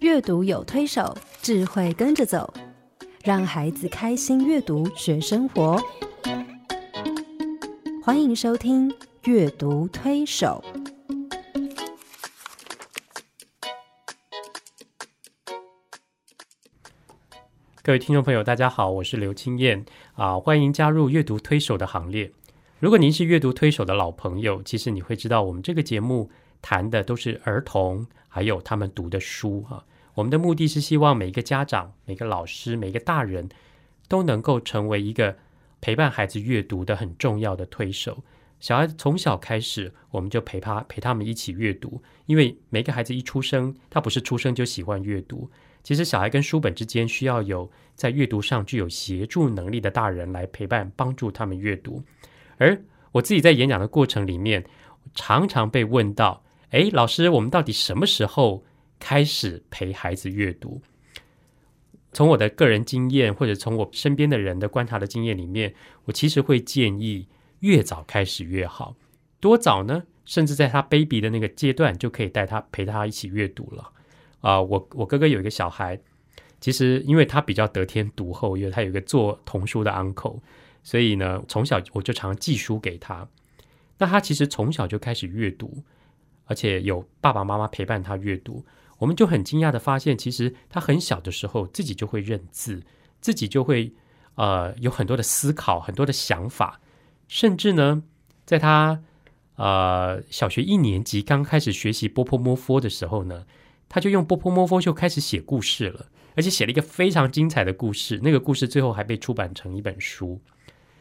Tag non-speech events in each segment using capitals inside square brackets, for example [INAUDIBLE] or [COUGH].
阅读有推手，智慧跟着走，让孩子开心阅读学生活。欢迎收听《阅读推手》。各位听众朋友，大家好，我是刘清燕啊，欢迎加入阅读推手的行列。如果您是阅读推手的老朋友，其实你会知道，我们这个节目谈的都是儿童，还有他们读的书啊。我们的目的是希望每一个家长、每个老师、每个大人都能够成为一个陪伴孩子阅读的很重要的推手。小孩子从小开始，我们就陪他陪他们一起阅读，因为每个孩子一出生，他不是出生就喜欢阅读。其实，小孩跟书本之间需要有在阅读上具有协助能力的大人来陪伴、帮助他们阅读。而我自己在演讲的过程里面，常常被问到：“诶，老师，我们到底什么时候开始陪孩子阅读？”从我的个人经验，或者从我身边的人的观察的经验里面，我其实会建议越早开始越好。多早呢？甚至在他 baby 的那个阶段，就可以带他陪他一起阅读了。啊、我我哥哥有一个小孩，其实因为他比较得天独厚，因为他有一个做童书的 uncle，所以呢，从小我就常寄书给他。那他其实从小就开始阅读，而且有爸爸妈妈陪伴他阅读。我们就很惊讶的发现，其实他很小的时候自己就会认字，自己就会呃有很多的思考，很多的想法，甚至呢，在他呃小学一年级刚开始学习波波摸佛的时候呢，他就用波波摸佛就开始写故事了，而且写了一个非常精彩的故事，那个故事最后还被出版成一本书。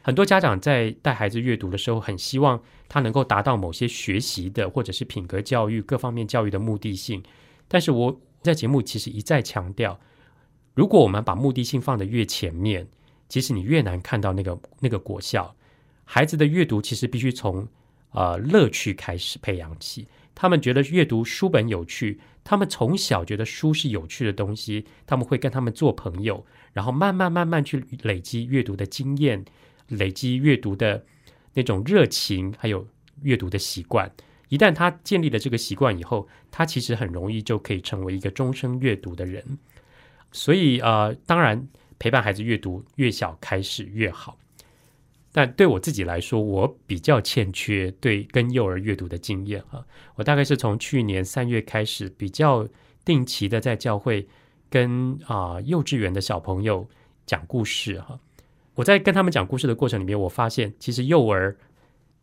很多家长在带孩子阅读的时候，很希望他能够达到某些学习的或者是品格教育各方面教育的目的性，但是我在节目其实一再强调，如果我们把目的性放得越前面，其实你越难看到那个那个果效。孩子的阅读其实必须从呃乐趣开始培养起。他们觉得阅读书本有趣，他们从小觉得书是有趣的东西，他们会跟他们做朋友，然后慢慢慢慢去累积阅读的经验，累积阅读的那种热情，还有阅读的习惯。一旦他建立了这个习惯以后，他其实很容易就可以成为一个终生阅读的人。所以呃，当然陪伴孩子阅读越小开始越好。但对我自己来说，我比较欠缺对跟幼儿阅读的经验啊。我大概是从去年三月开始，比较定期的在教会跟啊、幼稚园的小朋友讲故事哈、我在跟他们讲故事的过程里面，我发现其实幼儿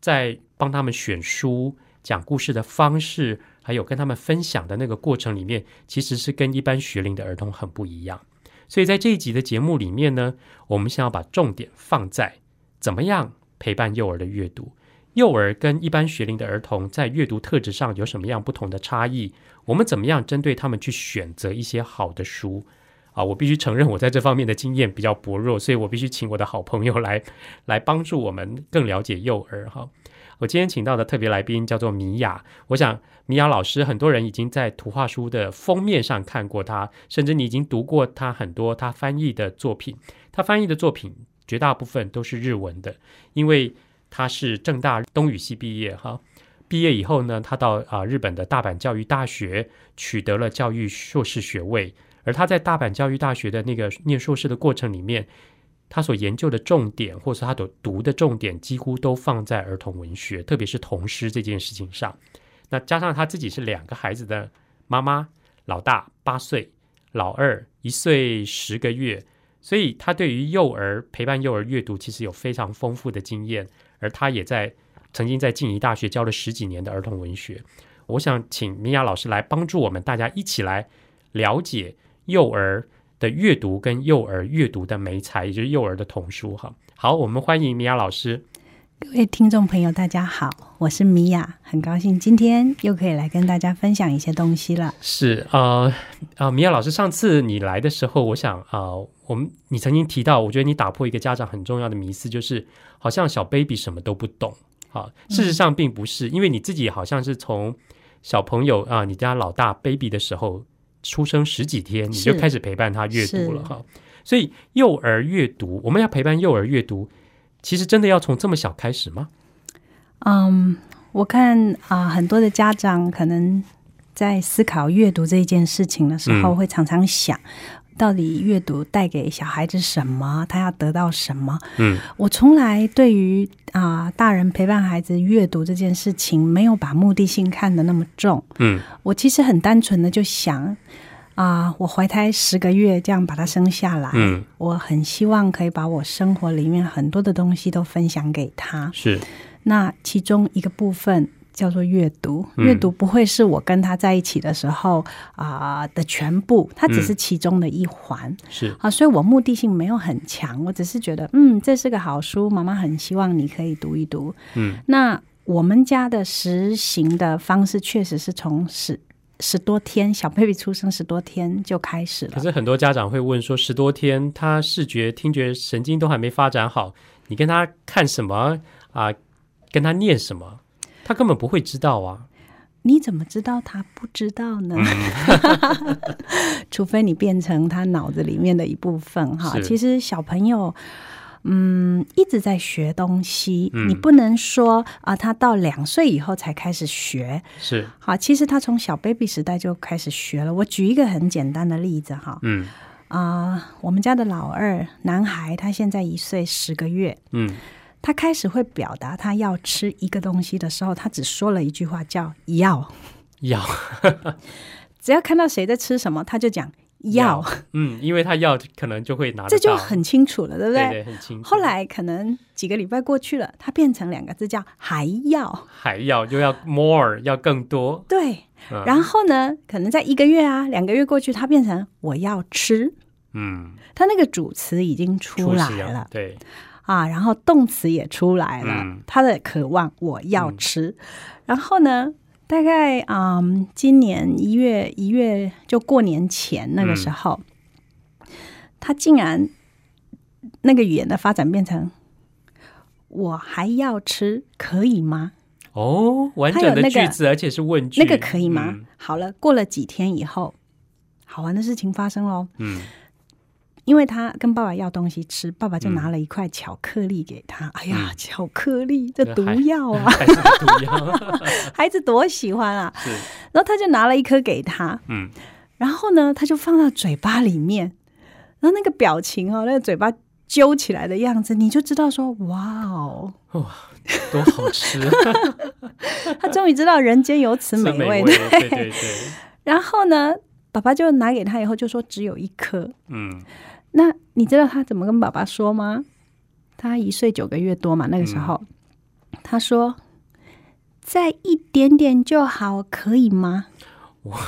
在帮他们选书、讲故事的方式，还有跟他们分享的那个过程里面，其实是跟一般学龄的儿童很不一样。所以在这一集的节目里面呢，我们想要把重点放在怎么样陪伴幼儿的阅读。幼儿跟一般学龄的儿童在阅读特质上有什么样不同的差异？我们怎么样针对他们去选择一些好的书？啊，我必须承认我在这方面的经验比较薄弱，所以我必须请我的好朋友来来帮助我们更了解幼儿哈。我今天请到的特别来宾叫做米娅，我想米娅老师很多人已经在图画书的封面上看过她，甚至你已经读过她很多她翻译的作品。她翻译的作品绝大部分都是日文的，因为她是正大东语系毕业哈。毕业以后呢，她到啊、日本的大阪教育大学取得了教育硕士学位，而她在大阪教育大学的那个念硕士的过程里面，他所研究的重点，或者是他所读的重点，几乎都放在儿童文学，特别是童诗这件事情上。那加上他自己是两个孩子的妈妈，老大八岁，老二一岁十个月，所以他对于幼儿陪伴幼儿阅读其实有非常丰富的经验。而他也在曾经在静宜大学教了十几年的儿童文学。我想请米娅老师来帮助我们大家一起来了解幼儿的阅读跟幼儿阅读的美才，也就是幼儿的童书哈。好，我们欢迎米娅老师。各位听众朋友，大家好，我是米娅，很高兴今天又可以来跟大家分享一些东西了。是呃啊，米娅老师，上次你来的时候，我想啊、呃我们你曾经提到，我觉得你打破一个家长很重要的迷思，就是好像小 baby 什么都不懂啊。事嗯实上并不是，因为你自己好像是从小朋友啊、你家老大 baby 的时候出生十几天，你是就开始陪伴他阅读了是哈。所以幼儿阅读，我们要陪伴幼儿阅读，其实真的要从这么小开始吗？嗯，我看啊、很多的家长可能在思考阅读这一件事情的时候，嗯会常常想。到底阅读带给小孩子什么？他要得到什么？嗯，我从来对于啊、大人陪伴孩子阅读这件事情，没有把目的性看得那么重。嗯我其实很单纯的就想，啊、我怀胎十个月这样把他生下来，嗯，我很希望可以把我生活里面很多的东西都分享给他。是，那其中一个部分叫做阅读，嗯阅读不会是我跟他在一起的时候啊、的全部，它嗯只是其中的一环。是，啊，所以我目的性没有很强，我只是觉得，嗯，这是个好书，妈妈很希望你可以读一读。嗯，那我们家的实行的方式确实是从十十多天，小 baby 出生十多天就开始可了。是很多家长会问说，十多天他视觉、听觉、神经都还没发展好，你跟他看什么啊、跟他念什么，他根本不会知道啊。你怎么知道他不知道呢？嗯 [LAUGHS] 除非你变成他脑子里面的一部分哈。是其实小朋友。嗯，一直在学东西，嗯你不能说啊、他到两岁以后才开始学，是，好，其实他从小 baby 时代就开始学了。我举一个很简单的例子哈，嗯啊、我们家的老二男孩，他现在一岁十个月，嗯他开始会表达他要吃一个东西的时候，他只说了一句话叫“要要”，只要看到谁在吃什么，他就讲“ [LAUGHS] 要”，嗯，因为他要可能就会拿得这就到很清楚了，对不对对？对很清楚。后来可能几个礼拜过去了，他变成两个字叫“还要还要又要 more 要更”，多，对。嗯然后呢，可能在一个月啊、两个月过去，他变成“我要吃嗯”，，他那个主词已经出来厨师啊了。对，啊，然后动词也出来了，嗯他的渴望我要吃，然后呢，大概嗯，今年一月一月就过年前那个时候，他竟然那个语言的发展变成。我还要吃，可以吗？哦，完它整有的那句个子，而且是问句，那个可以吗？嗯好了，过了几天以后，好玩的事情发生喽。嗯因为他跟爸爸要东西吃，爸爸就嗯拿了一块巧克力给他。哎呀，嗯巧克力这这毒还药 [LAUGHS] 啊！嗯还是不一样，孩子多喜欢啊！ [LAUGHS] 是，然后他就拿了一颗给他，嗯然后呢，他就放到嘴巴里面，然后那个表情哦，那个嘴巴揪起来的样子，你就知道说，哇哦，多好 [LAUGHS] 吃，他终于知道人间有此是美美味。对对对，然后呢，爸爸就拿给他以后就说只有一颗。嗯，那你知道他怎么跟爸爸说吗？他一岁九个月多嘛，那个时候，嗯他说：“再一点点就好，可以吗？”我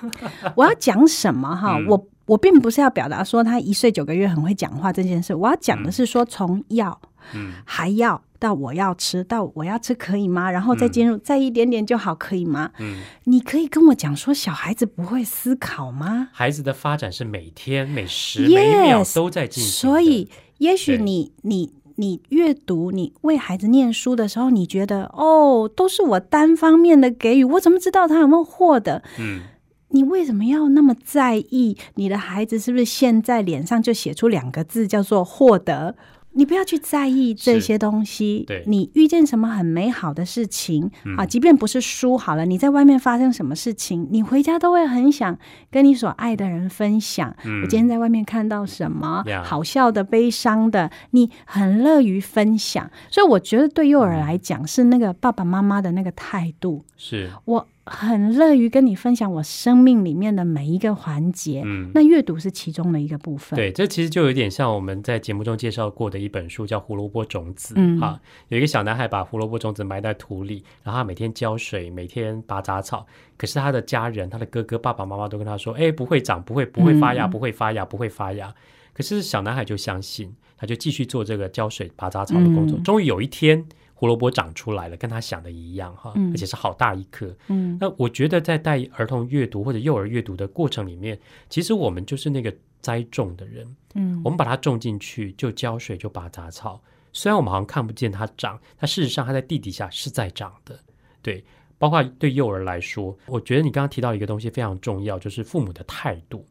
[LAUGHS] 我要讲什么哈？嗯我我并不是要表达说他一岁九个月很会讲话这件事，我要讲的是说从要、嗯还要到我要吃到我要吃可以吗？然后再嗯进入、再一点点就好，可以吗？嗯，你可以跟我讲说小孩子不会思考吗？孩子的发展是每天每时每秒 Yes，都在进行的，所以，也许对你你你阅读，你为孩子念书的时候，你觉得哦，都是我单方面的给予，我怎么知道他有没有获得？嗯你为什么要那么在意你的孩子是不是现在脸上就写出两个字叫做获得？你不要去在意这些东西。对你遇见什么很美好的事情、嗯啊，即便不是书好了，你在外面发生什么事情，你回家都会很想跟你所爱的人分享。嗯我今天在外面看到什么 Yeah 好笑的、悲伤的，你很乐于分享。所以我觉得对幼嗯儿来讲，是那个爸爸妈妈的那个态度。是，我很乐于跟你分享我生命里面的每一个环节。嗯。那阅读是其中的一个部分。，对，这其实就有点像我们在节目中介绍过的一本书，叫《胡萝卜种子》嗯啊。有一个小男孩把胡萝卜种子埋在土里，然后他每天浇水，每天拔杂草。可是他的家人，他的哥哥、爸爸妈妈都跟他说：“哎，不会长，不会，不会发芽，嗯不会发芽，不会发芽。”可是小男孩就相信，他就继续做这个浇水、拔杂草的工作。嗯终于有一天，胡萝卜长出来了，跟他想的一样哈，嗯而且是好大一颗。嗯那我觉得在带儿童阅读或者幼儿阅读的过程里面，其实我们就是那个栽种的人。嗯我们把它种进去，就浇水，就拔杂草。虽然我们好像看不见它长，但事实上它在地底下是在长的。对，包括对幼儿来说，我觉得你刚刚提到一个东西非常重要，就是父母的态度。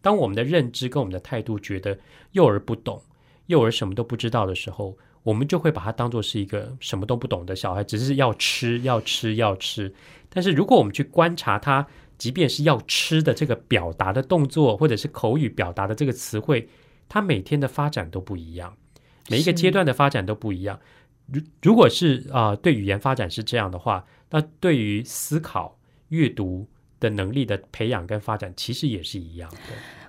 当我们的认知跟我们的态度觉得幼儿不懂，幼儿什么都不知道的时候，我们就会把它当做是一个什么都不懂的小孩，只是要吃、要吃、要吃。但是如果我们去观察他即便是要吃的这个表达的动作，或者是口语表达的这个词汇，它每天的发展都不一样，每一个是阶段的发展都不一样。如如果是啊、呃对语言发展是这样的话，那对于思考、阅读的能力的培养跟发展，其实也是一样的。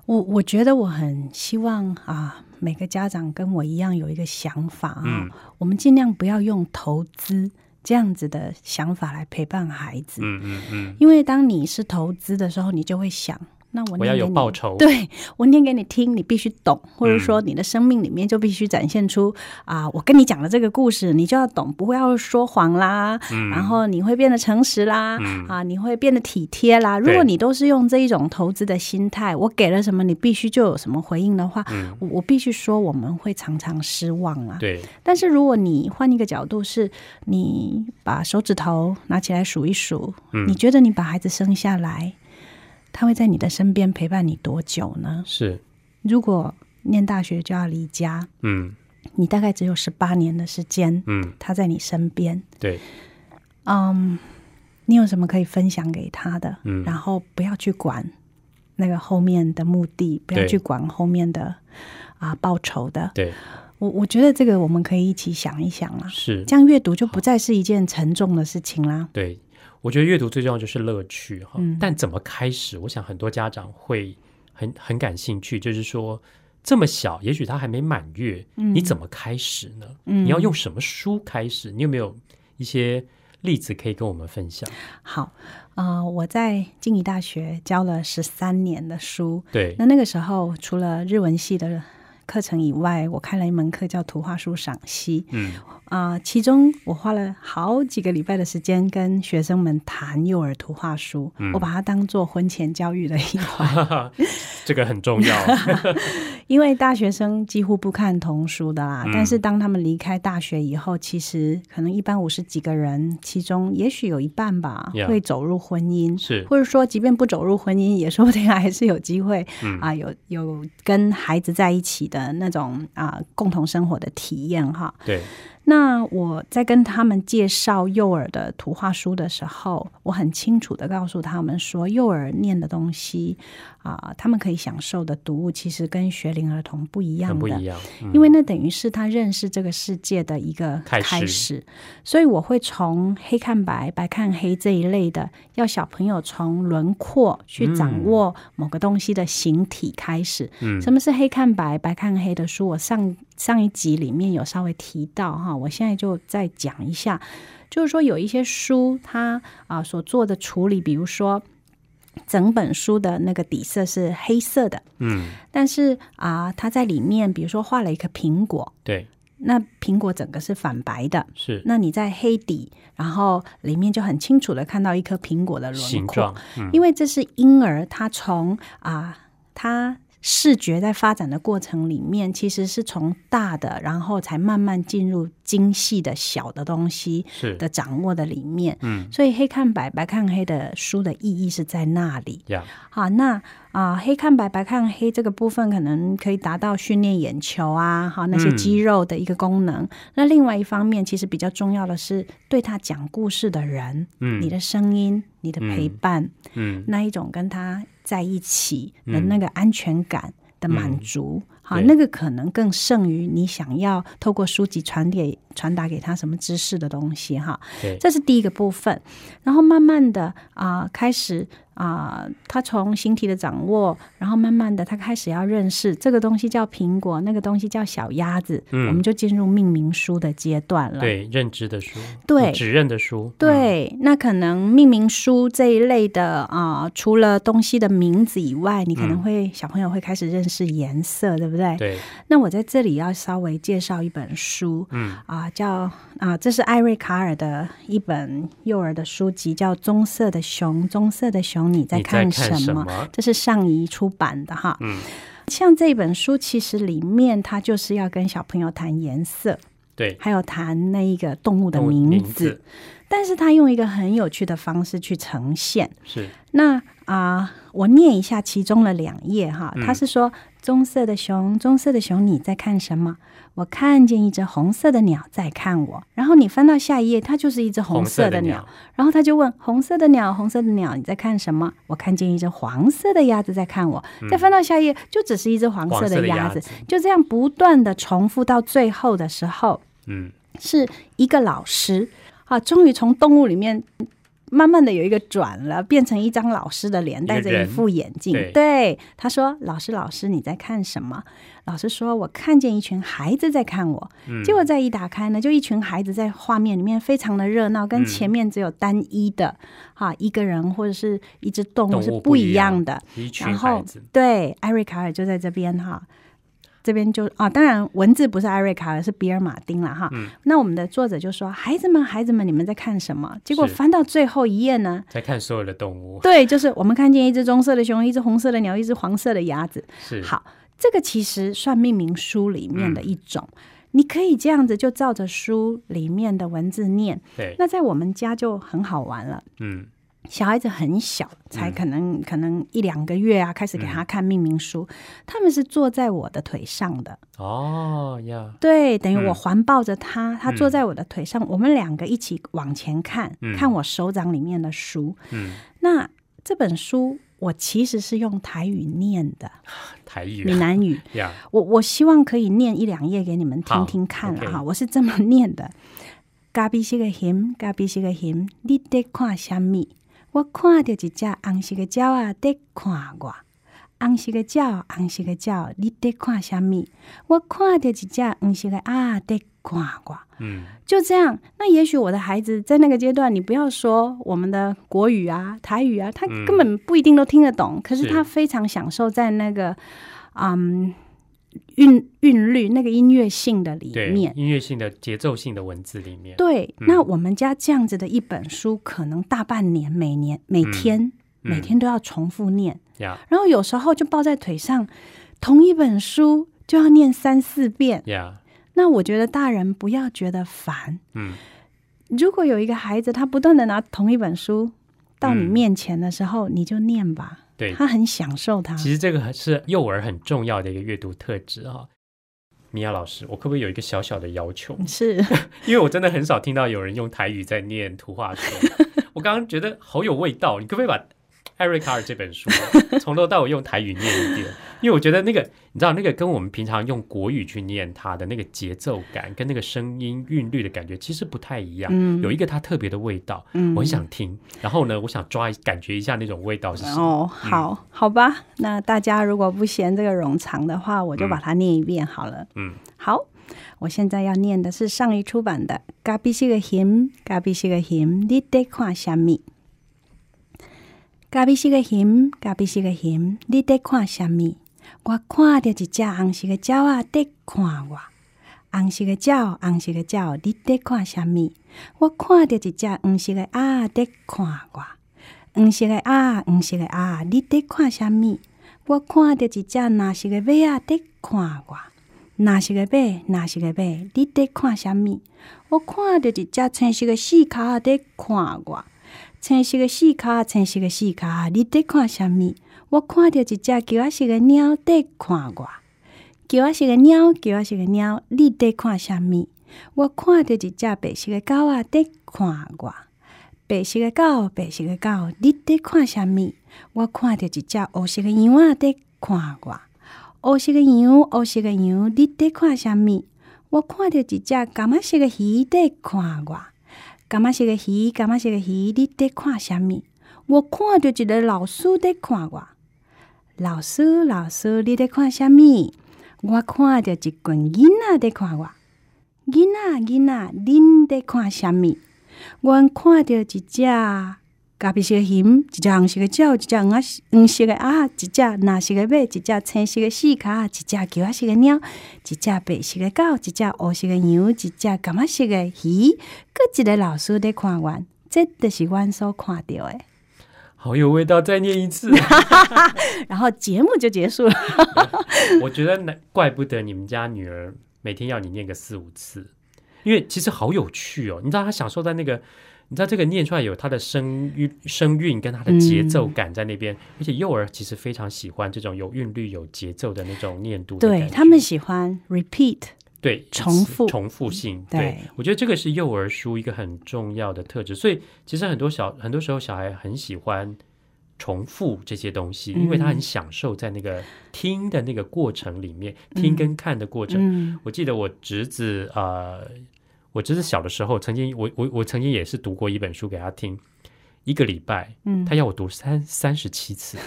我我觉得我很希望啊，每个家长跟我一样有一个想法啊，嗯我们尽量不要用投资这样子的想法来陪伴孩子，嗯嗯嗯，因为当你是投资的时候，你就会想，那我我要念给有你报酬。对我念给你听，你必须懂，或者说你的生命里面就必须展现出啊、我跟你讲的这个故事，你就要懂，不要说谎啦，然后你会变得诚实啦，啊，你会变得体贴啦。如果对你都是用这一种投资的心态，我给了什么，你必须就有什么回应的话，我我必须说我们会常常失望啊啦。对，但是如果你换一个角度，是你把手指头拿起来数一数，嗯你觉得你把孩子生下来，他会在你的身边陪伴你多久呢？是，如果念大学就要离家，嗯你大概只有十八年的时间，嗯，他在你身边，对，嗯，你有什么可以分享给他的？嗯然后不要去管那个后面的目的，不要对去管后面的啊、报酬的。对，我我觉得这个我们可以一起想一想啦。啊是。这样阅读就不再是一件沉重的事情啦。对，我觉得阅读最重要就是乐趣哈。嗯但怎么开始？我想很多家长会很很感兴趣，就是说这么小，也许他还没满月，嗯你怎么开始呢？你要用什么书开始？你有没有一些例子可以跟我们分享？好，呃，我在静宜大学教了十三年的书，对，那那个时候除了日文系的课程以外，我开了一门课叫图画书赏析。嗯， [LAUGHS] 啊、其中我花了好几个礼拜的时间跟学生们谈幼儿图画书，我把它当做婚前教育的一环，这个很重要。 [LAUGHS] 因为大学生几乎不看童书的啦。嗯但是当他们离开大学以后，其实可能一般五十几个人，其中也许有一半吧 Yeah 会走入婚姻，是或者说即便不走入婚姻，也说不定还是有机会、嗯啊，有有跟孩子在一起的那种啊共同生活的体验哈。对，那我在跟他们介绍幼儿的图画书的时候，我很清楚的告诉他们说，幼儿念的东西啊、他们可以享受的读物，其实跟学龄儿童不一样很的，不一样。嗯因为那等于是他认识这个世界的一个开开始始，所以我会从黑看白、白看黑这一类的，要小朋友从轮廓去掌握某个东西的形体开始。嗯什么是黑看白、白看黑的书？我上上一集里面有稍微提到哈，我现在就再讲一下，就是说有一些书它啊、所做的处理，比如说整本书的那个底色是黑色的。嗯，但是啊、它在里面，比如说画了一个苹果，对，那苹果整个是反白的，是那你在黑底，然后里面就很清楚的看到一颗苹果的轮形廓状，。嗯因为这是婴儿他从啊、他。视觉在发展的过程里面，其实是从大的，然后才慢慢进入精细的小的东西是的掌握的里面。嗯所以黑看白，白看黑的书的意义是在那里。呀，好，那啊、黑看白，白看黑这个部分，可能可以达到训练眼球啊，好那些嗯肌肉的一个功能。那另外一方面，其实比较重要的是对他讲故事的人，嗯你的声音、你的陪伴，嗯那一种跟他在一起的那个安全感的满足，好、嗯对那个可能更胜于你想要透过书籍传给传达给他什么知识的东西哈对。这是第一个部分，然后慢慢的啊、开始啊、他从形体的掌握，然后慢慢的他开始要认识这个东西叫苹果，那个东西叫小鸭子，嗯我们就进入命名书的阶段了。对，认知的书，对指认的书，嗯，对，那可能命名书这一类的啊、除了东西的名字以外，你可能会、小朋友会开始认识颜色，对不对？对，那我在这里要稍微介绍一本书，嗯啊、叫啊、这是艾瑞卡尔的一本幼儿的书籍，叫《棕色的熊》，棕色的熊你在你在看看什什么？么？这是上仪出版的哈，嗯，像这本书其实里面它就是要跟小朋友谈颜色，对，还有谈那一个动物的动物名名字。但是他用一个很有趣的方式去呈现。是那啊、我念一下其中的两页哈，他是说，棕色的熊，棕色的熊，你在看什么？我看见一只红色的鸟在看我。然后你翻到下一页，它就是一只红色的鸟。鸟，然后他就问：“红色的鸟，红色的鸟，你在看什么？”我看见一只黄色的鸭子在看我。再翻到下一页，就只是一只嗯黄黄色色的的鸭鸭子子。就这样不断的重复到最后的时候，嗯，是一个老师啊，终于从动物里面慢慢的有一个转了，变成一张老师的脸，一个戴着一人副眼镜。对对，他说：“老师，老师，你在看什么？”老师说：“我看见一群孩子在看我。嗯结果再一打开呢，就一群孩子在画面里面非常的热闹，跟嗯前面只有单一的哈、一个人或者是一只动物动物是不不一一样样的。一群然孩后子，对，艾瑞卡尔就在这边哈。这边就啊，当然文字不是艾瑞卡尔，是比尔马丁了哈。那我们的作者就说：“孩子们，孩子们，你们在看什么？”结果是翻到最后一页呢，在看所有的动物，对，就是我们看见一只棕色的熊，一只红色的鸟，一只黄色的鸭子。是好，这个其实算命名书里面的一种。你可以这样子就照着书里面的文字念，对，那在我们家就很好玩了。嗯小孩子很小，才可能、可能一两个月啊，开始给嗯他看命名书，他们是坐在我的腿上的，哦呀，对，等于嗯我环抱着他，他坐在我的腿上，我们两个一起往前看，嗯看我手掌里面的书。嗯，那这本书我其实是用台语念的，台语闽啊南语。呀，我我希望可以念一两页给你们好听听看了 OK 哈，我是这么念的：咖啡色的熊，咖啡色的熊，你在看什么？我看到一只红色的鸟啊，在看我。红色的鸟，红色的鸟，你在看什么？我看到一只黄色的鸭在看我。嗯就这样，那也许我的孩子在那个阶段，你不要说我们的国语啊、台语啊，他嗯根本不一定都听得懂，可是是他非常享受在那个，嗯，韵韵律那个音乐性的里对，面。音乐性的节奏性的文字里面，对，嗯那我们家这样子的一本书，可能大半年，每年每天、嗯每天都要重复念，呀然后有时候就抱在腿上，同一本书就要念三四遍。呀，那我觉得大人不要觉得烦，嗯如果有一个孩子，他不断的拿同一本书到你嗯面前的时候，你就念吧，对，他很享受它。其实这个是幼儿很重要的一个阅读特质哈、米娅老师，我可不可以有一个小小的要求？是 [LAUGHS] 因为我真的很少听到有人用台语在念图画书，我刚刚觉得好有味道。你可不可以把艾瑞卡尔这本书从头到尾用台语念一遍？因为我觉得那个，你知道，那个跟我们平常用国语去念它的那个节奏感跟那个声音韵律的感觉其实不太一样。嗯有一个它特别的味道，嗯我很想听。然后呢，我想抓感觉一下那种味道是什么。嗯哦，好好吧，那大家如果不嫌这个冗长的话，我就把它念一遍好了。嗯，好，我现在要念的是上一出版的《咖啡是个熊，咖啡是个熊，你在看什么？咖啡是个熊，咖啡是个熊，你在看什么？我看到一只红色的鸟啊，在看我。红色的鸟，红色的鸟，你在看什么？我看到一只黄色的鸭在看我。黄色的鸭，黄色的鸭，你在看什么？我看到一只蓝色的马啊在看我。蓝色的马，蓝色的马，你在看什么？我看到一只青色的四脚在看我。青色的四脚，青色的四脚，你在看什么？我看到一只橘啊色的鸟在看我。叫我是个鸟，叫我是个鸟，你在看什么？我看到一只白色的狗啊在看我，白色的狗，白色的狗，你在看什么？我看到一只黑色的羊啊在看我，黑色的羊，黑色的羊，你在看什么？我看到一只橄榄色的鱼在看我，橄榄色的鱼，橄榄色的鱼，你在看什么？我看到一个老师在看我。老师，老师，你在看什么？我看到一群囡仔在看我。囡仔，囡仔，恁在看什么？我看到一只咖啡色的熊，一只红色的鸟，一只黄色黄色的鸭，一只蓝色的马，一只青色的四脚，一只橘色的鸟，一只白色的狗，一只黑色的羊，一只橄榄色的鱼，各一个老师在看我。这就是我所看到的，好有味道，再念一次。然后节目就结束了。 [LAUGHS] 我觉得难怪不得你们家女儿每天要你念个四五次，因为其实好有趣哦。你知道她享受在那个你知道这个念出来有它的声韵、声韵跟它的节奏感在那边，而且幼儿其实非常喜欢这种有韵律、有节奏的那种念读的感觉。对他们喜欢 repeat，对重是复重复性，对我觉得这个是幼儿书一个很重要的特质。所以其实很多小很多时候小孩很喜欢重复这些东西，因为他很享受在那个听的那个过程里面，听跟看的过程。嗯我记得我侄子呃，我侄子小的时候，曾经我我我曾经也是读过一本书给他听，一个礼拜，嗯他要我读三三十七次，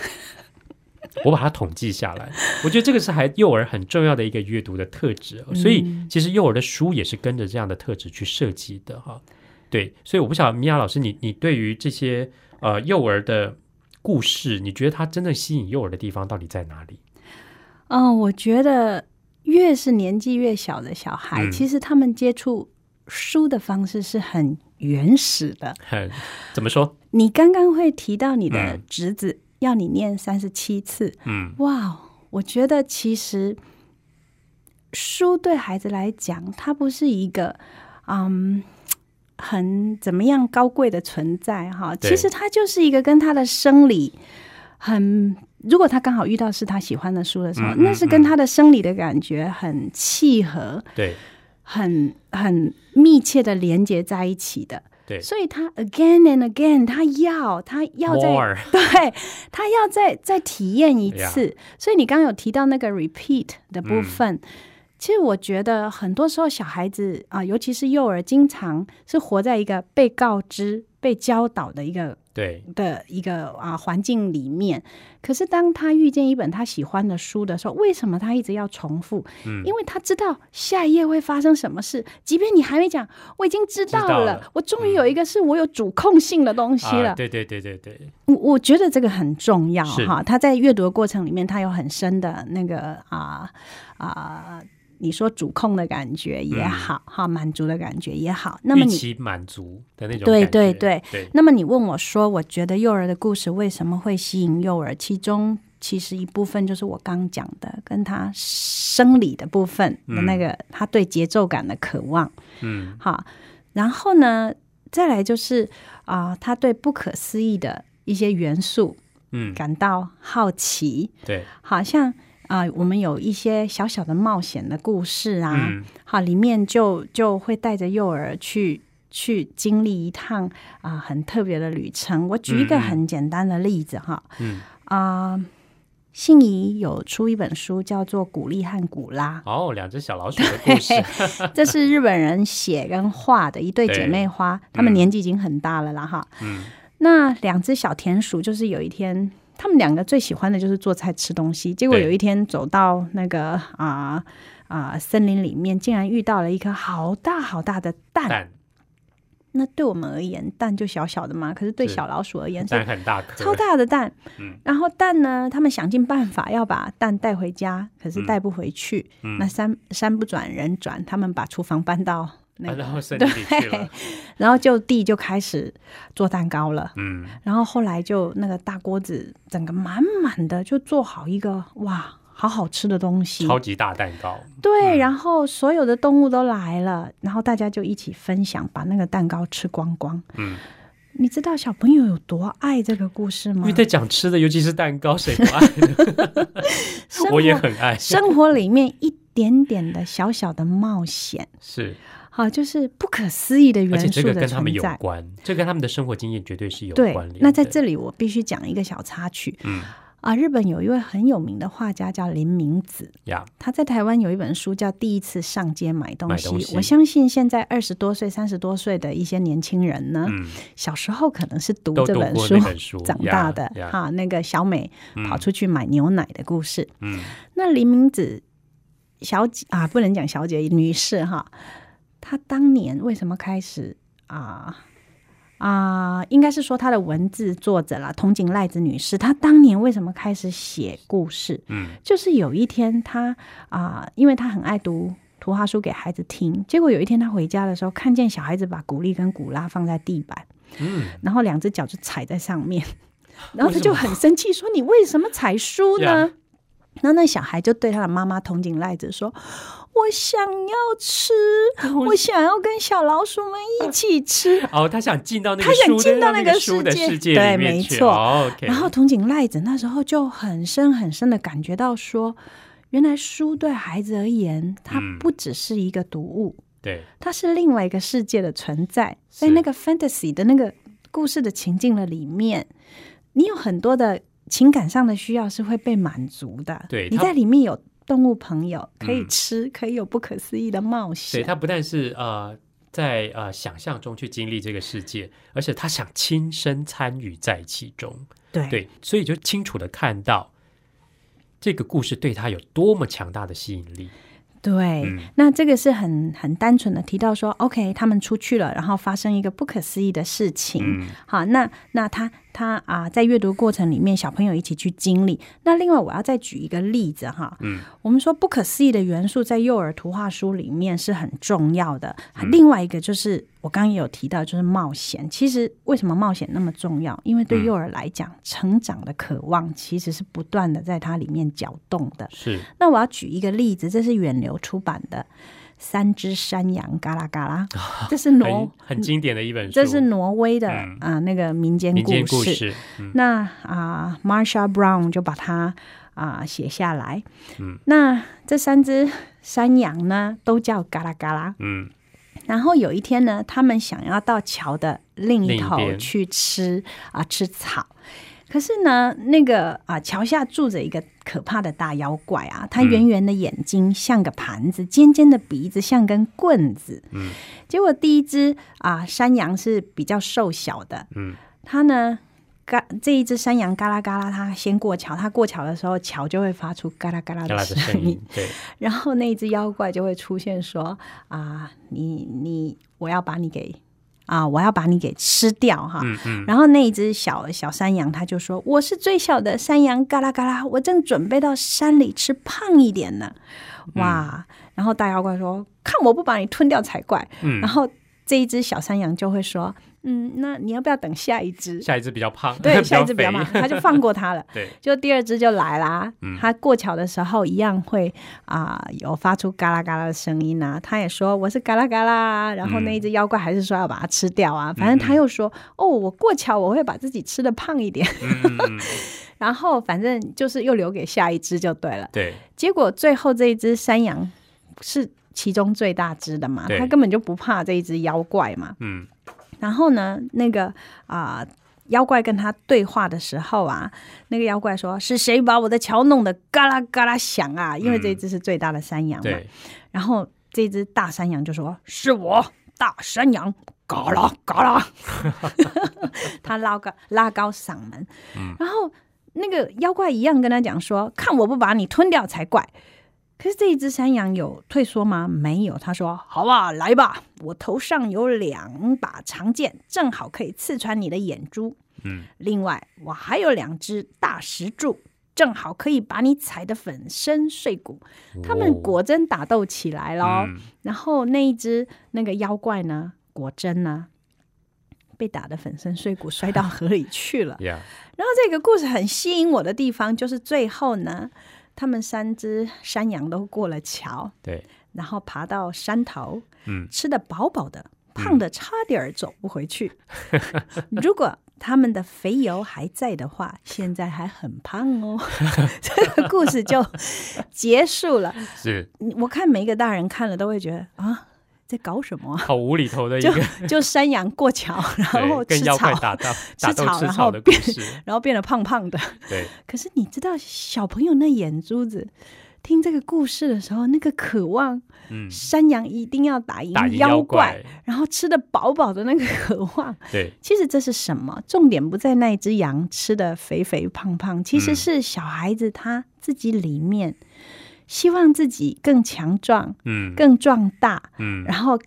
[LAUGHS] 我把它统计下来。我觉得这个是还幼儿很重要的一个阅读的特质，所以其实幼儿的书也是跟着这样的特质去设计的哈。对，所以我不晓得米娅老师，你你对于这些呃幼儿的故事，你觉得它真正吸引幼儿的地方到底在哪里？嗯，我觉得越是年纪越小的小孩，嗯其实他们接触书的方式是很原始的。很怎么说？你刚刚会提到你的嗯侄子、要你念三十七次，嗯哇，我觉得其实书对孩子来讲，它不是一个嗯很怎么样高贵的存在哈，对其实它就是一个跟他的生理很。如果他刚好遇到是他喜欢的书的时候，嗯嗯那是跟他的生理的感觉很契合，对很很密切的连接在一起的。对所以他 again and again，他要他要在，more [LAUGHS] 对他要再再体验一次。所以你刚刚有提到那个 repeat 的部分，其实我觉得很多时候小孩子啊、尤其是幼儿，经常是活在一个被告知、被教导的一个对的一个啊环境里面。可是当他遇见一本他喜欢的书的时候，为什么他一直要重复？嗯因为他知道下一页会发生什么事，即便你还没讲，我已经知道了，道了我终于有一个是我有主控性的东西了。啊，对对对对对，我我觉得这个很重要是哈，他在阅读的过程里面，他有很深的那个啊啊、你说主控的感觉也好，哈、满足的感觉也好。那么嗯预你期满足的那种对感对觉对对，那么你问我说，我觉得幼儿的故事为什么会吸引幼儿？其中其实一部分就是我刚讲的，跟他生理的部分的那个、他对节奏感的渴望，嗯，好，然后呢，再来就是啊、他对不可思议的一些元素嗯，感到好奇，对，好像啊、我们有一些小小的冒险的故事啊，嗯，好，里面就就会带着幼儿去去经历一趟啊、很特别的旅程。我举一嗯个嗯很简单的例子哈，嗯啊、信宜有出一本书叫做《古力和古拉哦，两只小老鼠的故 [LAUGHS] 事，》，这是日本人写跟画的一对姐对妹花，她们嗯年纪已经很大了啦哈。嗯，那两只小田鼠就是有一天，他们两个最喜欢的就是做菜吃东西。结果对有一天走到那个啊啊、森林里面，竟然遇到了一颗好大好大的蛋。蛋 [LAUGHS] 那对我们而言，蛋就小小的嘛，可是对是小老鼠而言蛋是很大颗，超大的蛋。嗯然后蛋呢，他们想尽办法要把蛋带回家，可是带不回去。嗯那山山不转人转，他们把厨房搬到那啊，个，然后森林里去了，然后就地就开始做蛋糕了。嗯，然后后来就那个大锅子，整个满满的就做好一个哇，好好吃的东西。超级嗯大蛋糕，对，然后所有的动物都来了，然后大家就一起分享，把那个蛋糕吃光光。嗯，你知道小朋友有多爱这个故事因吗为？在讲吃的，尤其是蛋糕，谁不爱 [LAUGHS] 呢？生活我也很爱，生活里面一点点的小小的冒险，是，好、就是不可思议的而元且素这个的跟他们存有在。关，这跟他们的生活经验绝对是有对关，联。那在，这里我必须讲一个小插曲嗯啊，日本有一位很有名的画家叫林明子，呀，他在台湾有一本书叫《第一次上街买东西》，买东西我相信现在二十多岁、三十多岁的一些年轻人呢，嗯，小时候可能是读都这读本过书那本书，长呀大的呀哈，那个小美嗯跑出去买牛奶的故事。嗯，那林明子小姐啊，不能讲小姐，女士哈，她当年为什么开始啊？啊、应该是说她的文字作者啦，藤井赖子女士，她当年为什么开始写故事？嗯，就是有一天他啊、因为他很爱读图画书给孩子听，结果有一天他回家的时候，看见小孩子把古力跟古拉放在地板，嗯，然后两只脚就踩在上面，然后他就很生气说：“你为什么踩书呢？”然后那小孩就对他的妈妈藤井赖子说：“我想要吃，我想要跟小老鼠们一起吃。哦，他想进到那个他想书的进到那那个书的世界世界对里面没去错哦，OK 然后筒井赖子那时候就很深很深的感觉到说，原来书对孩子而言，它嗯不只是一个读物，对，它是另外一个世界的存在。在是那个 fantasy 的那个故事的情境的里面，你有很多的情感上的需要是会被满足的。对你它在里面有动物朋友，可以嗯吃，可以有不可思议的冒所以险。他不但是呃在呃想象中去经历这个世界，而且他想亲身参与在其中。对对，所以就清楚的看到这个故事对他有多么强大的吸引力。对嗯那这个是很很单纯的提到说，OK，他们出去了，然后发生一个不可思议的事情。嗯，好，那那他他啊、在阅读过程里面，小朋友一起去经历。那另外，我要再举一个例子哈，嗯，我们说不可思议的元素在幼儿图画书里面是很重要的。嗯另外一个就是我刚刚也有提到，就是冒险。其实为什么冒险那么重要？因为对嗯幼儿来讲，成长的渴望其实是不断的在它里面搅动的。是那我要举一个例子，这是远流出版的《三只山羊嘎啦嘎啦》，这是挪很啊很经典的一本书，这是挪威的啊嗯、那个民间民故事。间故事。嗯那啊、m a r s h a Brown 就把它啊、写下来。嗯，那这三只山羊呢，都叫嘎啦嘎啦。嗯，然后有一天呢，他们想要到桥的另一另一头边去吃啊、吃草。可是呢，那个啊、桥下住着一个可怕的大妖怪啊，他嗯圆圆的眼睛像个盘子，尖尖的鼻子像根棍子。嗯，结果第一只啊、山羊是比较瘦小的，嗯，它呢。嘎，这一只山羊嘎啦嘎啦，它先过桥，它过桥的时候，桥就会发出嘎啦嘎啦加的拉的声声音音。，对，然后那一只妖怪就会出现说啊，你你我要把你给啊，我要把你给吃掉哈。嗯嗯，然后那一只小小山羊，它就说：“我是最小的山羊，嘎啦嘎啦，我正准备到山里吃胖一点呢。”嗯哇！然后大妖怪说：“看我不把你吞掉才怪。”嗯然后这一只小山羊就会说：“嗯，那你要不要等下一只？”下一只比较胖， [LAUGHS] 对，比下一只比较肥忙，他就放过他了。 [LAUGHS] 对，就第二只就来啦嗯。他过桥的时候一样会啊、有发出嘎啦嘎啦的声音啊。他也说我是嘎啦嘎啦，然后嗯那一只妖怪还是说要把它吃掉啊。反正他又说哦，我过桥我会把自己吃的胖一点，嗯嗯嗯， [LAUGHS] 然后反正就是又留给下一只就对了。对，结果最后这一只山羊是其中最大只的嘛，对它根本就不怕这一只妖怪嘛。嗯然后呢，那个啊、妖怪跟他对话的时候啊，那个妖怪说：“是谁把我的桥弄得嘎啦嘎啦响啊？”因为这一只是最大的山羊嘛。对，然后这只大山羊就说：“是我，大山羊，嘎啦嘎啦。” [LAUGHS] 他拉高拉高嗓门，然后那个妖怪一样跟他讲说：“看我不把你吞掉才怪。”可是这一只山羊有退缩吗？没有。他说：“好吧，来吧，我头上有两把长剑，正好可以刺穿你的眼珠。嗯另外，我还有两只大石柱，正好可以把你踩得粉身碎骨。”他们哦果真打斗起来喽。嗯。然哦后那一只那个妖怪呢，果真呢被打得粉身碎骨，摔到河里去了 [LAUGHS] 呀，然后这个故事很吸引我的地方，就是最后呢，他们三只山羊都过了桥，对，然后爬到山头，嗯吃的饱饱的，胖的差点儿走不回去。 [LAUGHS] 如果他们的肥油还在的话，现在还很胖哦。 [LAUGHS] 这个故事就结束了。是你我看每一个大人看了都会觉得啊，在搞什么啊、 [LAUGHS] 好无厘头的一就个，就山羊过桥，然后对，跟吃妖怪草，[LAUGHS] 打到打斗草吃然草后的故变事，然后变得胖胖的。 [LAUGHS] 对，可是你知道，小朋友那眼珠子听这个故事的时候，那个渴望， [LAUGHS] 嗯，山羊一定要打赢打赢妖怪，然后吃的饱饱的那个渴望， [LAUGHS] 对，其实这是什么？重点不在那一只羊吃的肥肥胖胖，其嗯实是小孩子他自己里面希望自己更强壮、嗯更壮大，嗯然后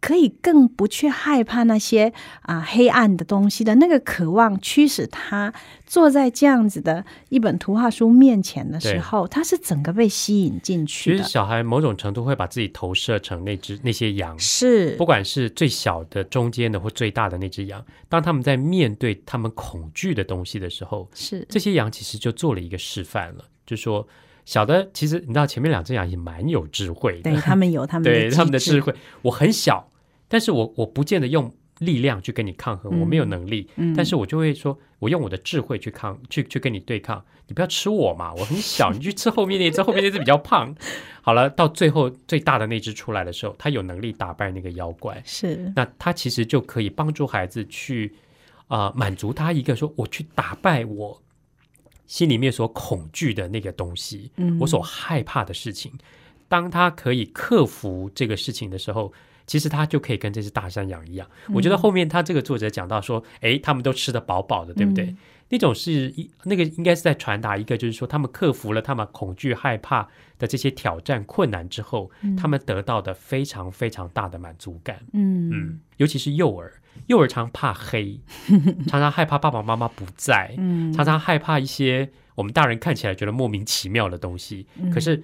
可以更不去害怕那些啊、黑暗的东西的那个渴望，驱使他坐在这样子的一本图画书面前的时候，他是整个被吸引进其去实的。小孩某种程度会把自己投射成那只那些羊，是不，管是最小的、中间的或最大的那只羊，当他们在面对他们恐惧的东西的时候， [LAUGHS] 是，这些羊其实就做了一个示范了，就说小的其实你知道前面两只羊也蛮有智慧的，对他们有他们的对他们的机制智慧，我很小，但是我我不见得用力量去跟你抗衡，我没有能力，嗯但是我就会说，我用我的智慧去抗，去去跟你对抗，你不要吃我嘛，我很小，你去吃后面那只，后面那只比较胖。好了，到最后最大的那只出来的时候，它有能力打败那个妖怪，是那它其实就可以帮助孩子去啊、呃满足他一个说，我去打败我心里面所恐惧的那个东西。嗯我所害怕的事情。当他可以克服这个事情的时候，其实他就可以跟这只大山羊一样。嗯我觉得后面他这个作者讲到说，诶，他们都吃得饱饱的，对不对？嗯那种是一那个应该是在传达一个，就是说他们克服了他们恐惧、害怕的这些挑战、困难之后，他们得到的非常非常大的满足感。嗯嗯，尤其是幼儿，幼儿常怕 [LAUGHS] 黑，常常害怕爸爸妈妈不在，嗯常常害怕一些我们大人看起来觉得莫名其妙的东西。嗯可是，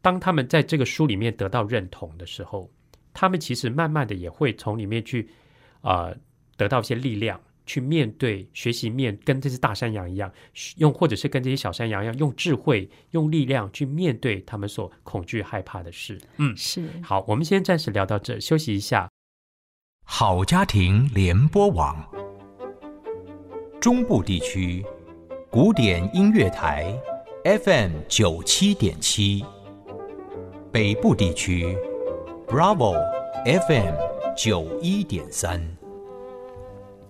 当他们在这个书里面得到认同的时候，他们其实慢慢的也会从里面去啊、呃得到一些力量，去面对学习面，跟这只大山羊一样，用或者是跟这些小山羊一样，用智慧、用力量去面对他们所恐惧、害怕的事。嗯，是好，我们先暂时聊到这，休息一下。好家庭联播网，中部地区古典音乐台 FM 九七点七，北部地区 Bravo FM 九一点三。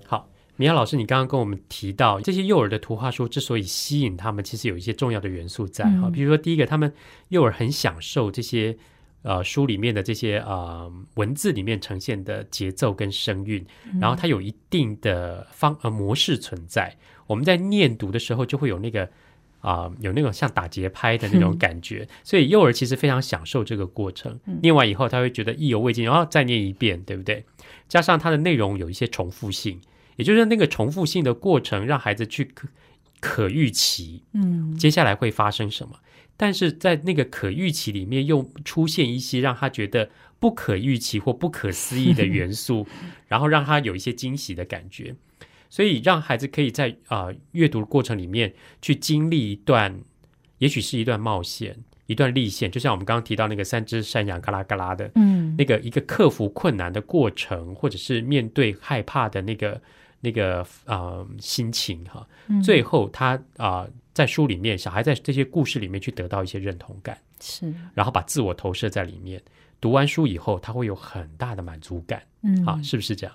好，米娅老师，你刚刚跟我们提到，这些幼儿的图画书之所以吸引他们，其实有一些重要的元素在哈、嗯比如说第一个，他们幼儿很享受这些呃书里面的这些呃文字里面呈现的节奏跟声韵，然后它有一定的方呃模式存在。我们在念读的时候就会有那个。啊、有那种像打节拍的那种感觉，所以幼儿其实非常享受这个过程。念完以后，他会觉得意犹未尽，然后再念一遍，对不对？加上它的内容有一些重复性，也就是那个重复性的过程，让孩子去可可预期嗯接下来会发生什么。但是在那个可预期里面，又出现一些让他觉得不可预期或不可思议的元素，然后让他有一些惊喜的感觉。所以，让孩子可以在啊、呃阅读的过程里面去经历一段，也许是一段冒险，一段历险。就像我们刚刚提到那个三只山羊嘎啦嘎啦的，嗯那个一个克服困难的过程，或者是面对害怕的那个那个呃心情哈、嗯最后他啊、呃在书里面，小孩在这些故事里面去得到一些认同感，是然后把自我投射在里面。读完书以后，他会有很大的满足感嗯啊，是不是这样？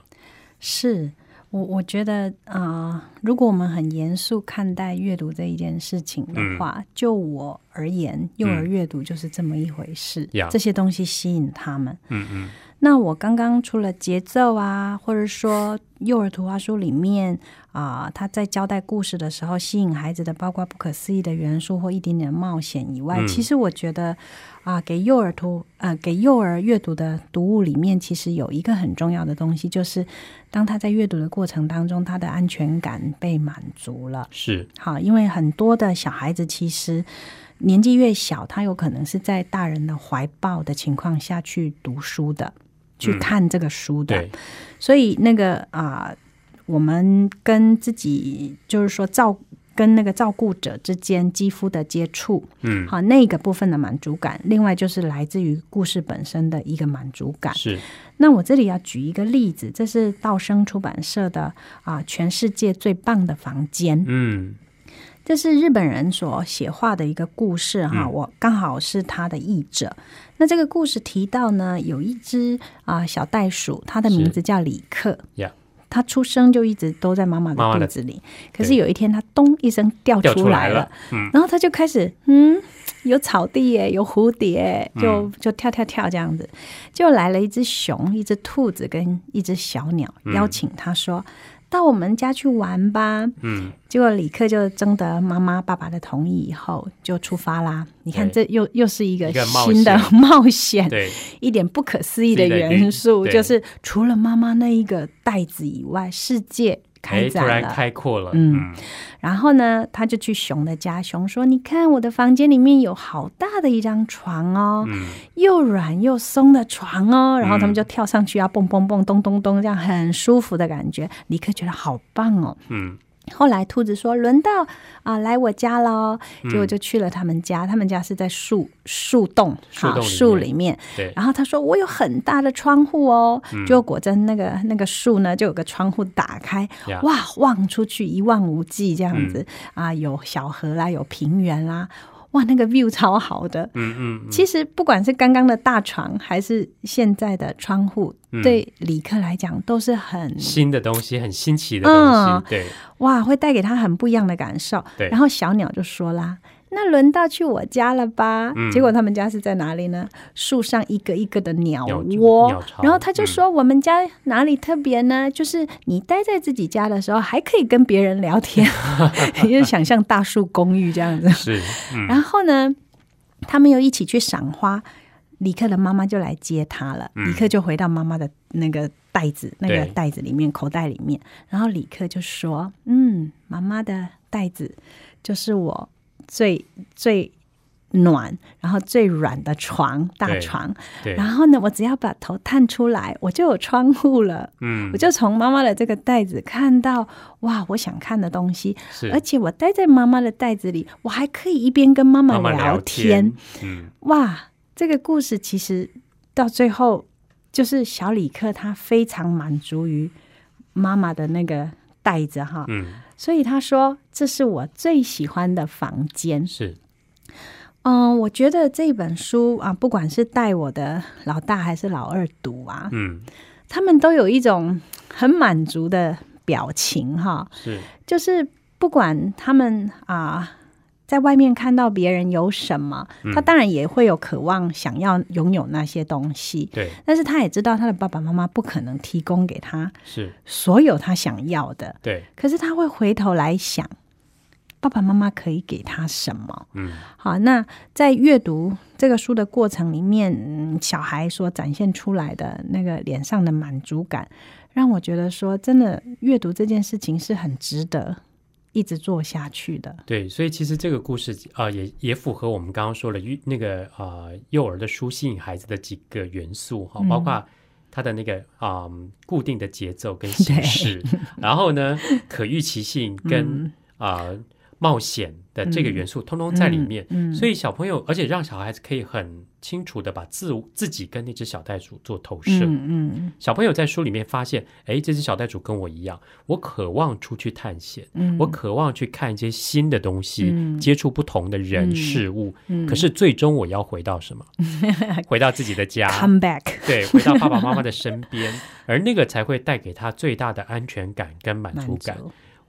是我我觉得啊、呃如果我们很严肃看待阅读这一件事情嗯的话，就我而言，幼儿阅读就是这么一回事。 Yeah 这些东西吸引他们。嗯嗯那我刚刚除了节奏啊，或者说幼儿图画书里面啊、他在交代故事的时候吸引孩子的，包括不可思议的元素或一点点冒险以外，嗯其实我觉得啊、给幼儿图呃给幼儿阅读的读物里面，其实有一个很重要的东西，就是当他在阅读的过程当中，他的安全感被满足了。是好，因为很多的小孩子其实年纪越小，他有可能是在大人的怀抱的情况下去读书的，去看这个书的，对，所以那个啊、我们跟自己就是说照跟那个照顾者之间肌肤的接触，嗯好那个部分的满足感，另外就是来自于故事本身的一个满足感。是那我这里要举一个例子，这是道生出版社的啊、全世界最棒的房间》嗯这是日本人所写画的一个故事哈，嗯我刚好是他的译者。那这个故事提到呢，有一只啊、小袋鼠，它的是名字叫里克。呀它出生就一直都在妈妈妈妈的的肚子里，可是有一天它咚一声掉掉出出来来了了，，然后它就开始嗯，有草地耶，有蝴蝶耶，嗯就就跳跳跳这样子，就来了一只熊、一只兔子跟一只小鸟，邀请它说、到我们家去玩吧。嗯结果李克就征得妈妈、爸爸的同意以后，就出发啦。你看，这对又又是一个一个冒险新的冒险，对一点不可思议的元素，对就是除了妈妈那一个袋子以外，世界开哎，突展然了。开阔了，嗯然后呢，他就去熊的家，熊说：“你看我的房间里面有好大的一张床哦，嗯又软又松的床哦。”然后他们就跳上去啊，蹦蹦蹦，咚咚咚，这样很舒服的感觉。李克觉得好棒哦。嗯后来兔子说：“轮到啊、来我家喽！”嗯结果就去了他们家，他们家是在树树洞，树洞好里面树里面。对，然后他说：“我有很大的窗户哦。嗯结果果真那个那个树呢，就有个窗户打开 Yeah 哇，望出去一望无际这样子、嗯啊，有小河啦，有平原啦，哇，那个 view 超好的。嗯嗯其实不管是刚刚的大床，还是现在的窗户，嗯对李克来讲都是很嗯，新的东西，很新奇的东嗯西，对，哇，会带给他很不一样的感受。对然后小鸟就说啦。那轮到去我家了吧？嗯结果他们家是在哪里呢？树上一个一个的鸟鸟巢窝。鸟巢嗯然后他就说：“我们家哪里特别呢？就是你待在自己家的时候，还可以跟别人聊天， [LAUGHS] 你就想象大树公寓这样子。是，嗯然后呢，他们又一起去赏花。李克的妈妈就来接他了，嗯李克就回到妈妈的那个袋子、那个对袋子里面、口袋里面。然后李克就说：“嗯，妈妈的袋子就是我最最暖，然后最软的床，大对床。对，然后呢，我只要把头探出来，我就有窗户了。嗯我，就从妈妈的这个袋子看到，哇，我想看的东西。是而且我待在妈妈的袋子里，我还可以一边跟妈慢慢聊天，嗯，哇，这个故事其实到最后，就是小李克他非常满足于妈妈的那个袋子哈，嗯，所以他说这是我最喜欢的房间。是，嗯，我觉得这本书啊，不管是带我的老大还是老二读啊，嗯，他们都有一种很满足的表情哈。是，就是不管他们啊、在外面看到别人有什么，他当然也会有渴望想要拥有那些东西，对，但是他也知道他的爸爸妈妈不可能提供给他是，所有他想要的，对，可是他会回头来想，爸爸妈妈可以给他什么？嗯，好，那在阅读这个书的过程里面，嗯小孩所展现出来的那个脸上的满足感，让我觉得说，真的阅读这件事情是很值得一直做下去的。对，所以其实这个故事啊、呃也也符合我们刚刚说的育那个啊、呃幼儿的书吸引孩子的几个元素哈、包括嗯它的那个啊、嗯固定的节奏 [LAUGHS] 跟形对嗯式，然后呢可预期性跟啊、呃冒险的这个元素，通通在里面。嗯，嗯所以小朋友，而且让小孩子可以很清楚的把自自己跟那只小袋鼠做投射。嗯嗯小朋友在书里面发现，哎，这只小袋鼠跟我一样，我渴望出去探险，嗯，我渴望去看一些新的东西，嗯接触不同的人嗯事物。嗯可是最终我要回到什么？ [LAUGHS] 回到自己的家， come back 对，回到爸爸妈妈的身 [LAUGHS] 边，而那个才会带给他最大的安全感跟满满足足感。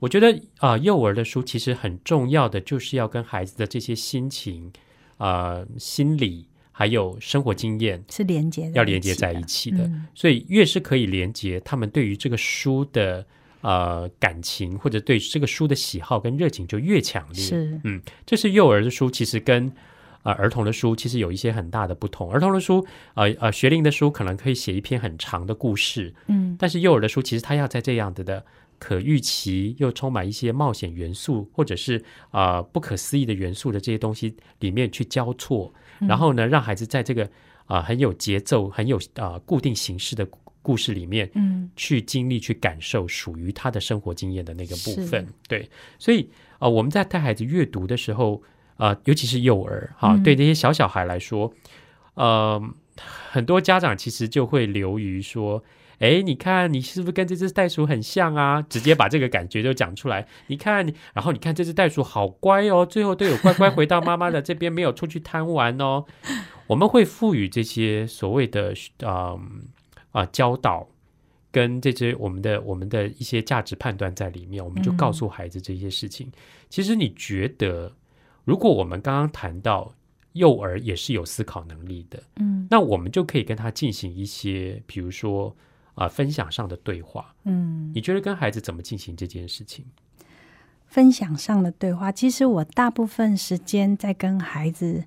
我觉得啊、幼儿的书其实很重要的，就是要跟孩子的这些心情、啊心理还有生活经验是连接在要连接起在的一起的。嗯所以越是可以连接他们对于这个书的呃感情，或者对这个书的喜好跟热情就越强烈。，是嗯，这是幼儿的书，其实跟呃儿童的书其实有一些很大的不同。儿童的书，呃呃，学龄的书可能可以写一篇很长的故事，嗯但是幼儿的书其实它要在这样子的。可预期又充满一些冒险元素，或者是啊、呃不可思议的元素的这些东西里面去交错，然后呢，让孩子在这个啊、很有节奏、很有啊、固定形式的故故事里面，嗯去经历、去感受属于他的生活经验的那个部是分。对，所以呃，我们在带孩子阅读的时候，呃，尤其是幼儿哈、嗯对那些小小孩来说，呃，很多家长其实就会流于说。哎，你看，你是不是跟这只袋鼠很像啊？直接把这个感觉就讲出来。你看，然后你看这只袋鼠好乖哦，最后都有乖乖回到妈妈的这边，没有出去贪玩哦。我们会赋予这些所谓的啊啊、教导，跟这些我们的我们的一些价值判断在里面，我们嗯就告诉孩子这些事情。其实你觉得，如果我们刚刚谈到幼儿也是有思考能力的，嗯那我们就可以跟他进行一些，比如说啊、分享上的对话。嗯，你觉得跟孩子怎么进行这件事情？分享上的对话，其实我大部分时间在跟孩子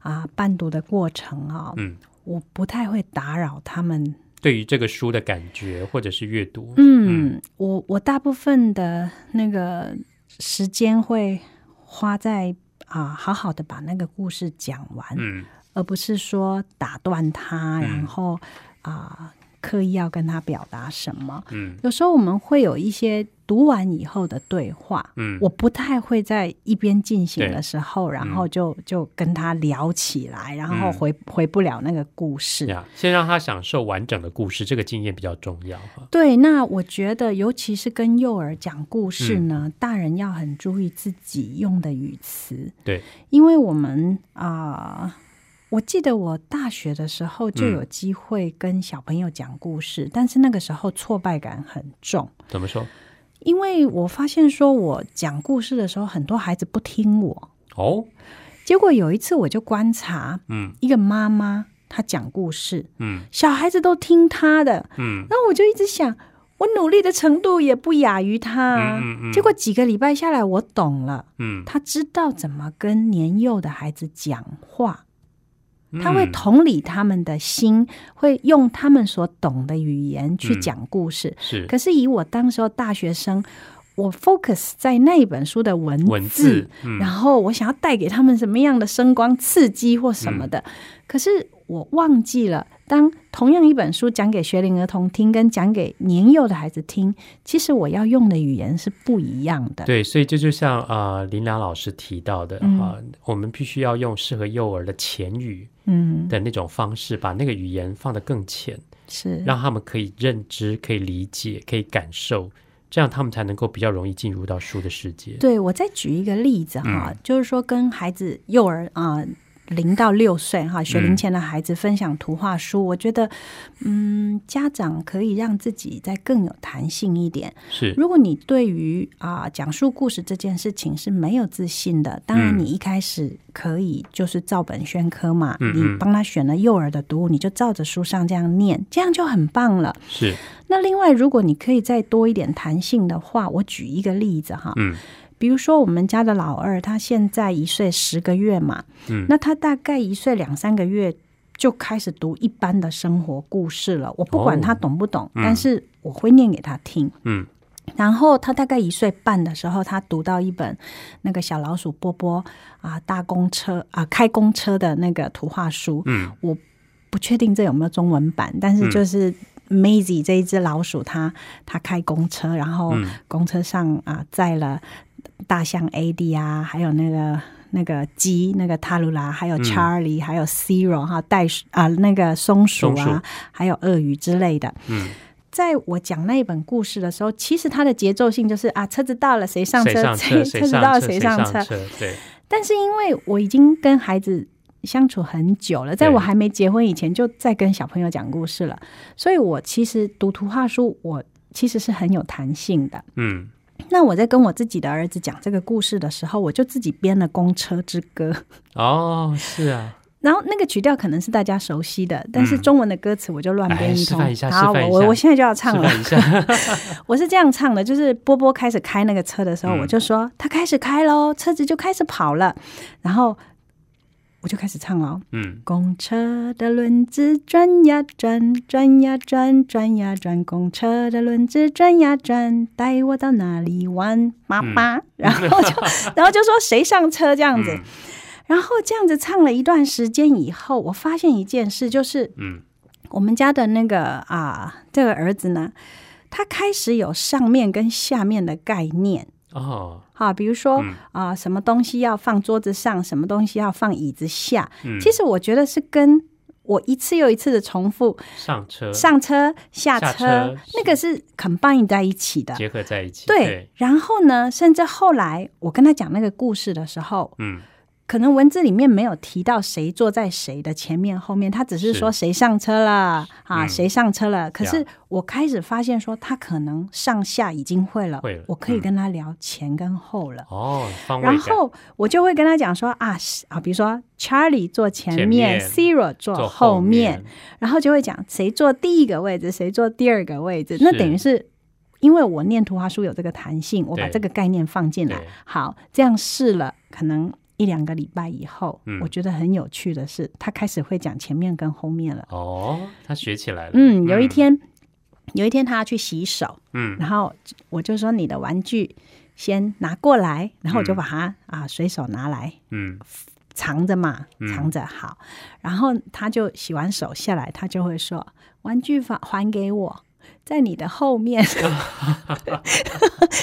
啊伴读的过程啊、嗯，我不太会打扰他们。对于这个书的感觉或者是阅读，嗯，我我大部分的那个时间会花在啊、好好的把那个故事讲完，嗯而不是说打断他，嗯然后啊、刻意要跟他表达什么。嗯有时候我们会有一些读完以后的对话，嗯我不太会在一边进行对嗯的时候，然后就、就跟他聊起来，然后回、回不了那个故事。呀，先让他享受完整的故事，这个经验比较重要哈。对，那我觉得，尤其是跟幼儿讲故事呢，嗯大人要很注意自己用的语词，对，因为我们啊、我记得我大学的时候嗯就有机会跟小朋友讲故事，但是那个时候挫败感很重，怎么说？因为我发现说我讲故事的时候，很多孩子不听我。哦，结果有一次我就观察嗯一个妈妈，她讲故事，嗯小孩子都听她的，嗯然后我就一直想，我努力的程度也不亚于她啊。嗯嗯嗯结果几个礼拜下来，我懂了，嗯，她知道怎么跟年幼的孩子讲话，嗯她会同理他们的心，会用他们所懂的语言去嗯讲故事。是可是以我当时候大学生，我 focus 在那一本书的文字，文字，嗯然后我想要带给他们什么样的声光刺激或什么的，嗯可是我忘记了。当同样一本书讲给学龄儿童听，跟讲给年幼的孩子听，其实我要用的语言是不一样的。对，所以这就像呃林良老师提到的嗯啊、我们必须要用适合幼儿的浅语嗯，的那种方式，把那个语言放得更浅，是，让他们可以认知、可以理解、可以感受，这样他们才能够比较容易进入到书的世界。对，我再举一个例子哈，嗯就是说跟孩子幼儿啊。零到六岁嗯哈，学龄前的孩子分享图画书，我觉得，嗯，家长可以让自己再更有弹性一点。是，如果你对于啊、讲述故事这件事情是没有自信的，当然你一开始可以就是照本宣科嘛，嗯嗯你帮他选了幼儿的读物，你就照着书上这样念，这样就很棒了。是，那另外，如果你可以再多一点弹性的话，我举一个例子哈，嗯比如说我们家的老二，他现在一岁十个月嘛，嗯那他大概一岁两三个月就开始读一般的生活故事了。我不管哦他懂不懂，嗯但是我会念给他听。嗯然后他大概一岁半的时候，他读到一本那个小老鼠波波啊搭公车啊开公车的那个图画书，嗯我不确定这有没有中文版，但是就是。Maisie 这一只老鼠，它它开公车，然后嗯公车上啊、载了大象 AD 啊，还有那个那个鸡，那个塔鲁拉，还嗯有 Charlie，、还有 Zero 哈，袋鼠啊、那个松鼠啊，松鼠还有鳄鱼之类的。嗯，在我讲那一本故事的时候，其实它的节奏性就是啊，车子到了谁 [LAUGHS] 上谁车，上车？谁车子到上了车？谁上车上。车？对，但是因为我已经跟孩子相处很久了，在对我还没结婚以前就在跟小朋友讲故事了，所以我其实读图画书，我其实是很有弹性的。嗯，那我在跟我自己的儿子讲这个故事的时候，我就自己编了《公车之歌》。 [LAUGHS] 哦，是啊，然后那个曲调可能是大家熟悉的，但是嗯中文的歌词我就乱哎编一示通。范一下好，示我范一我下我现在就要示唱了。啊范一 [LAUGHS] 下，我是这样唱的，就是波波开始开那个车的时候，嗯我就说他开始开喽，车子就开始跑了，然后我就开始唱喽。嗯公车的轮子转呀转，转呀转，转呀转，公车的轮子转呀转，带我到哪里嗯玩？妈妈，然后 [LAUGHS] 就然后就说谁上车这样子，嗯然后这样子唱了一段时间以后，我发现一件事，就是嗯，我们家的那个啊，这个儿子呢，他开始有上面跟下面的概念。哦，啊，比如说嗯啊、什么东西要放桌子上，什么东西要放椅子下。嗯，其实我觉得是跟我一次又一次的重复上车上车、下呃下车，车那个是 combine 在一起的。结合在一起，对，然后呢，甚至后来我跟他讲那个故事的时候，嗯可能文字里面没有提到谁坐在谁的前面后面，他只是说是谁上车了啊，嗯谁上车了。可呀是我开始发现说，他可能上下已经会了，会了我可以嗯跟他聊前跟后了。哦，方位然感后我就会跟他讲说啊是啊，比如说 Charlie 坐前前面面 z e r o 坐坐后面面，，然后就会讲谁坐第一个位置，谁坐第二个位置。是那等于是因为我念图画书有这个弹性，我把对这个概念放进来对。好，这样试了，可能一两个礼拜以后，嗯我觉得很有趣的是，他开始会讲前面跟后面了。哦，他学起来了，嗯，有一，天，有一天他要去洗手，嗯然后我就说你的玩具先拿过来，然后我就嗯把它、啊随手拿来， [LAUGHS] 嗯藏着嘛，嗯藏着好。然后他就洗完手下来，他就会说：“玩具还还给我。”在你的后 [LAUGHS] 面，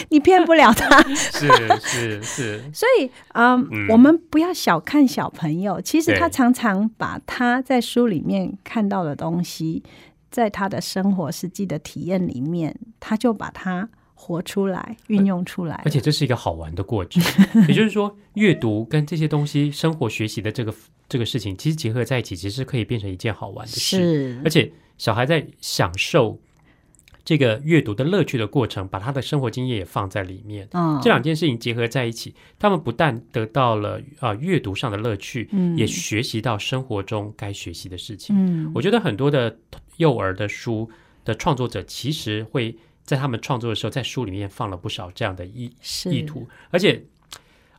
你骗不了他。是是是，所以，嗯，嗯我们不要小看小朋友，其实他对常常把他在书里面看到的东西，在他的生活实际的体验里面，他就把它活出来、运用出来而。且这是一个好玩的过程。 [LAUGHS] 也就是说，阅读跟这些东西、生活学习的这个这个事情，其实结合在一起，其实可以变成一件好玩的事。而且小孩在享受这个阅读的乐趣的过程，把他的生活经验也放在里面。嗯，这两件事情结合在一起，他们不但得到了啊、呃阅读上的乐趣，嗯也学习到生活中该学习的事情。嗯我觉得很多的幼儿的书的创作者，其实会在他们创作的时候，在书里面放了不少这样的意是意图，而且。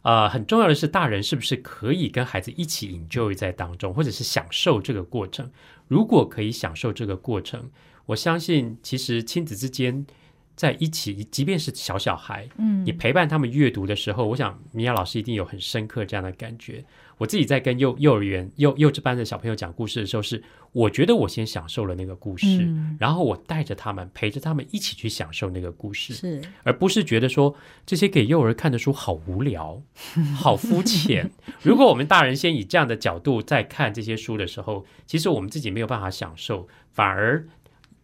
呃，很重要的是，大人是不是可以跟孩子一起 enjoy 在当中，或者是享受这个过程？如果可以享受这个过程，我相信其实亲子之间在一起，即便是小小孩，嗯你陪伴他们阅读的时候，我想米娅老师一定有很深刻这样的感觉。我自己在跟幼幼儿园、幼幼稚班的小朋友讲故事的时候是，我觉得我先享受了那个故事，嗯然后我带着他们，陪着他们一起去享受那个故事，是而不是觉得说这些给幼儿看的书好无聊、好肤浅。如果我们大人先以这样的角度在看这些书的时候，其实我们自己没有办法享受，反而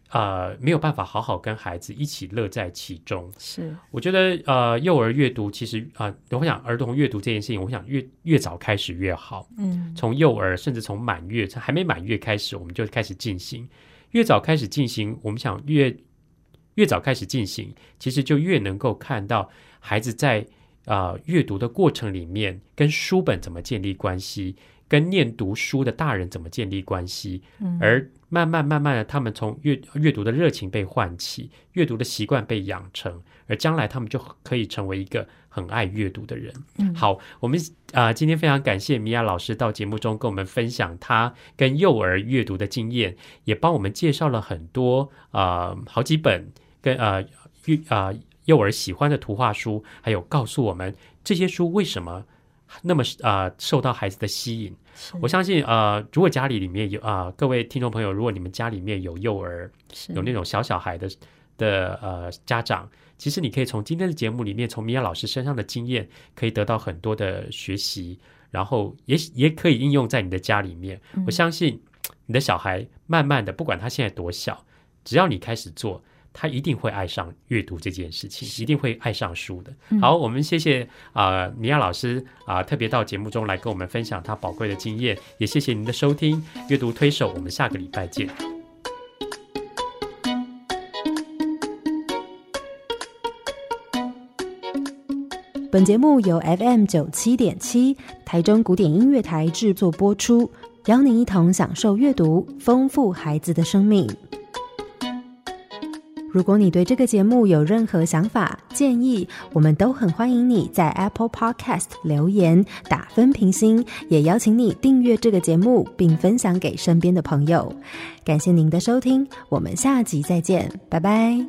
呃没有办法好好跟孩子一起乐在其中。是我觉得呃，幼儿阅读其实啊、呃我想儿童阅读这件事情，我想越越早开始越好。嗯从幼儿甚至从满月，还没满月开始，我们就开始进行。越早开始进行，我们想越越早开始进行，其实就越能够看到孩子在啊阅读的过程里面，跟书本怎么建立关系，跟念读书的大人怎么建立关系，嗯而慢慢慢慢的，他们从阅阅读的热情被唤起，阅读的习惯被养成，而将来他们就可以成为一个很爱阅读的人。嗯好，我们啊、呃今天非常感谢米娅老师到节目中跟我们分享她跟幼儿阅读的经验，也帮我们介绍了很多啊、呃好几本跟呃幼啊、幼儿喜欢的图画书，还有告诉我们这些书为什么那么啊、呃受到孩子的吸引。我相信呃，如果家里里面有啊、各位听众朋友，如果你们家里面有幼儿，是有那种小小孩的的呃家长，其实你可以从今天的节目里面，从米娅老师身上的经验，可以得到很多的学习，然后也许也可以应用在你的家里面。我相信你的小孩慢慢的，不管他现在多小，只要你开始做。他一定会爱上阅读这件事情，一定会爱上书的。好，我们谢谢啊、米娅老师啊、特别到节目中来跟我们分享她宝贵的经验，也谢谢您的收听。阅读推手，我们下个礼拜见。本节目由 FM 九七点七台中古典音乐台制作播出，邀您一同享受阅读，丰富孩子的生命。如果你对这个节目有任何想法、建议，我们都很欢迎你在 Apple Podcast 留言、打分、评星，也邀请你订阅这个节目，并分享给身边的朋友。感谢您的收听，我们下集再见，拜拜。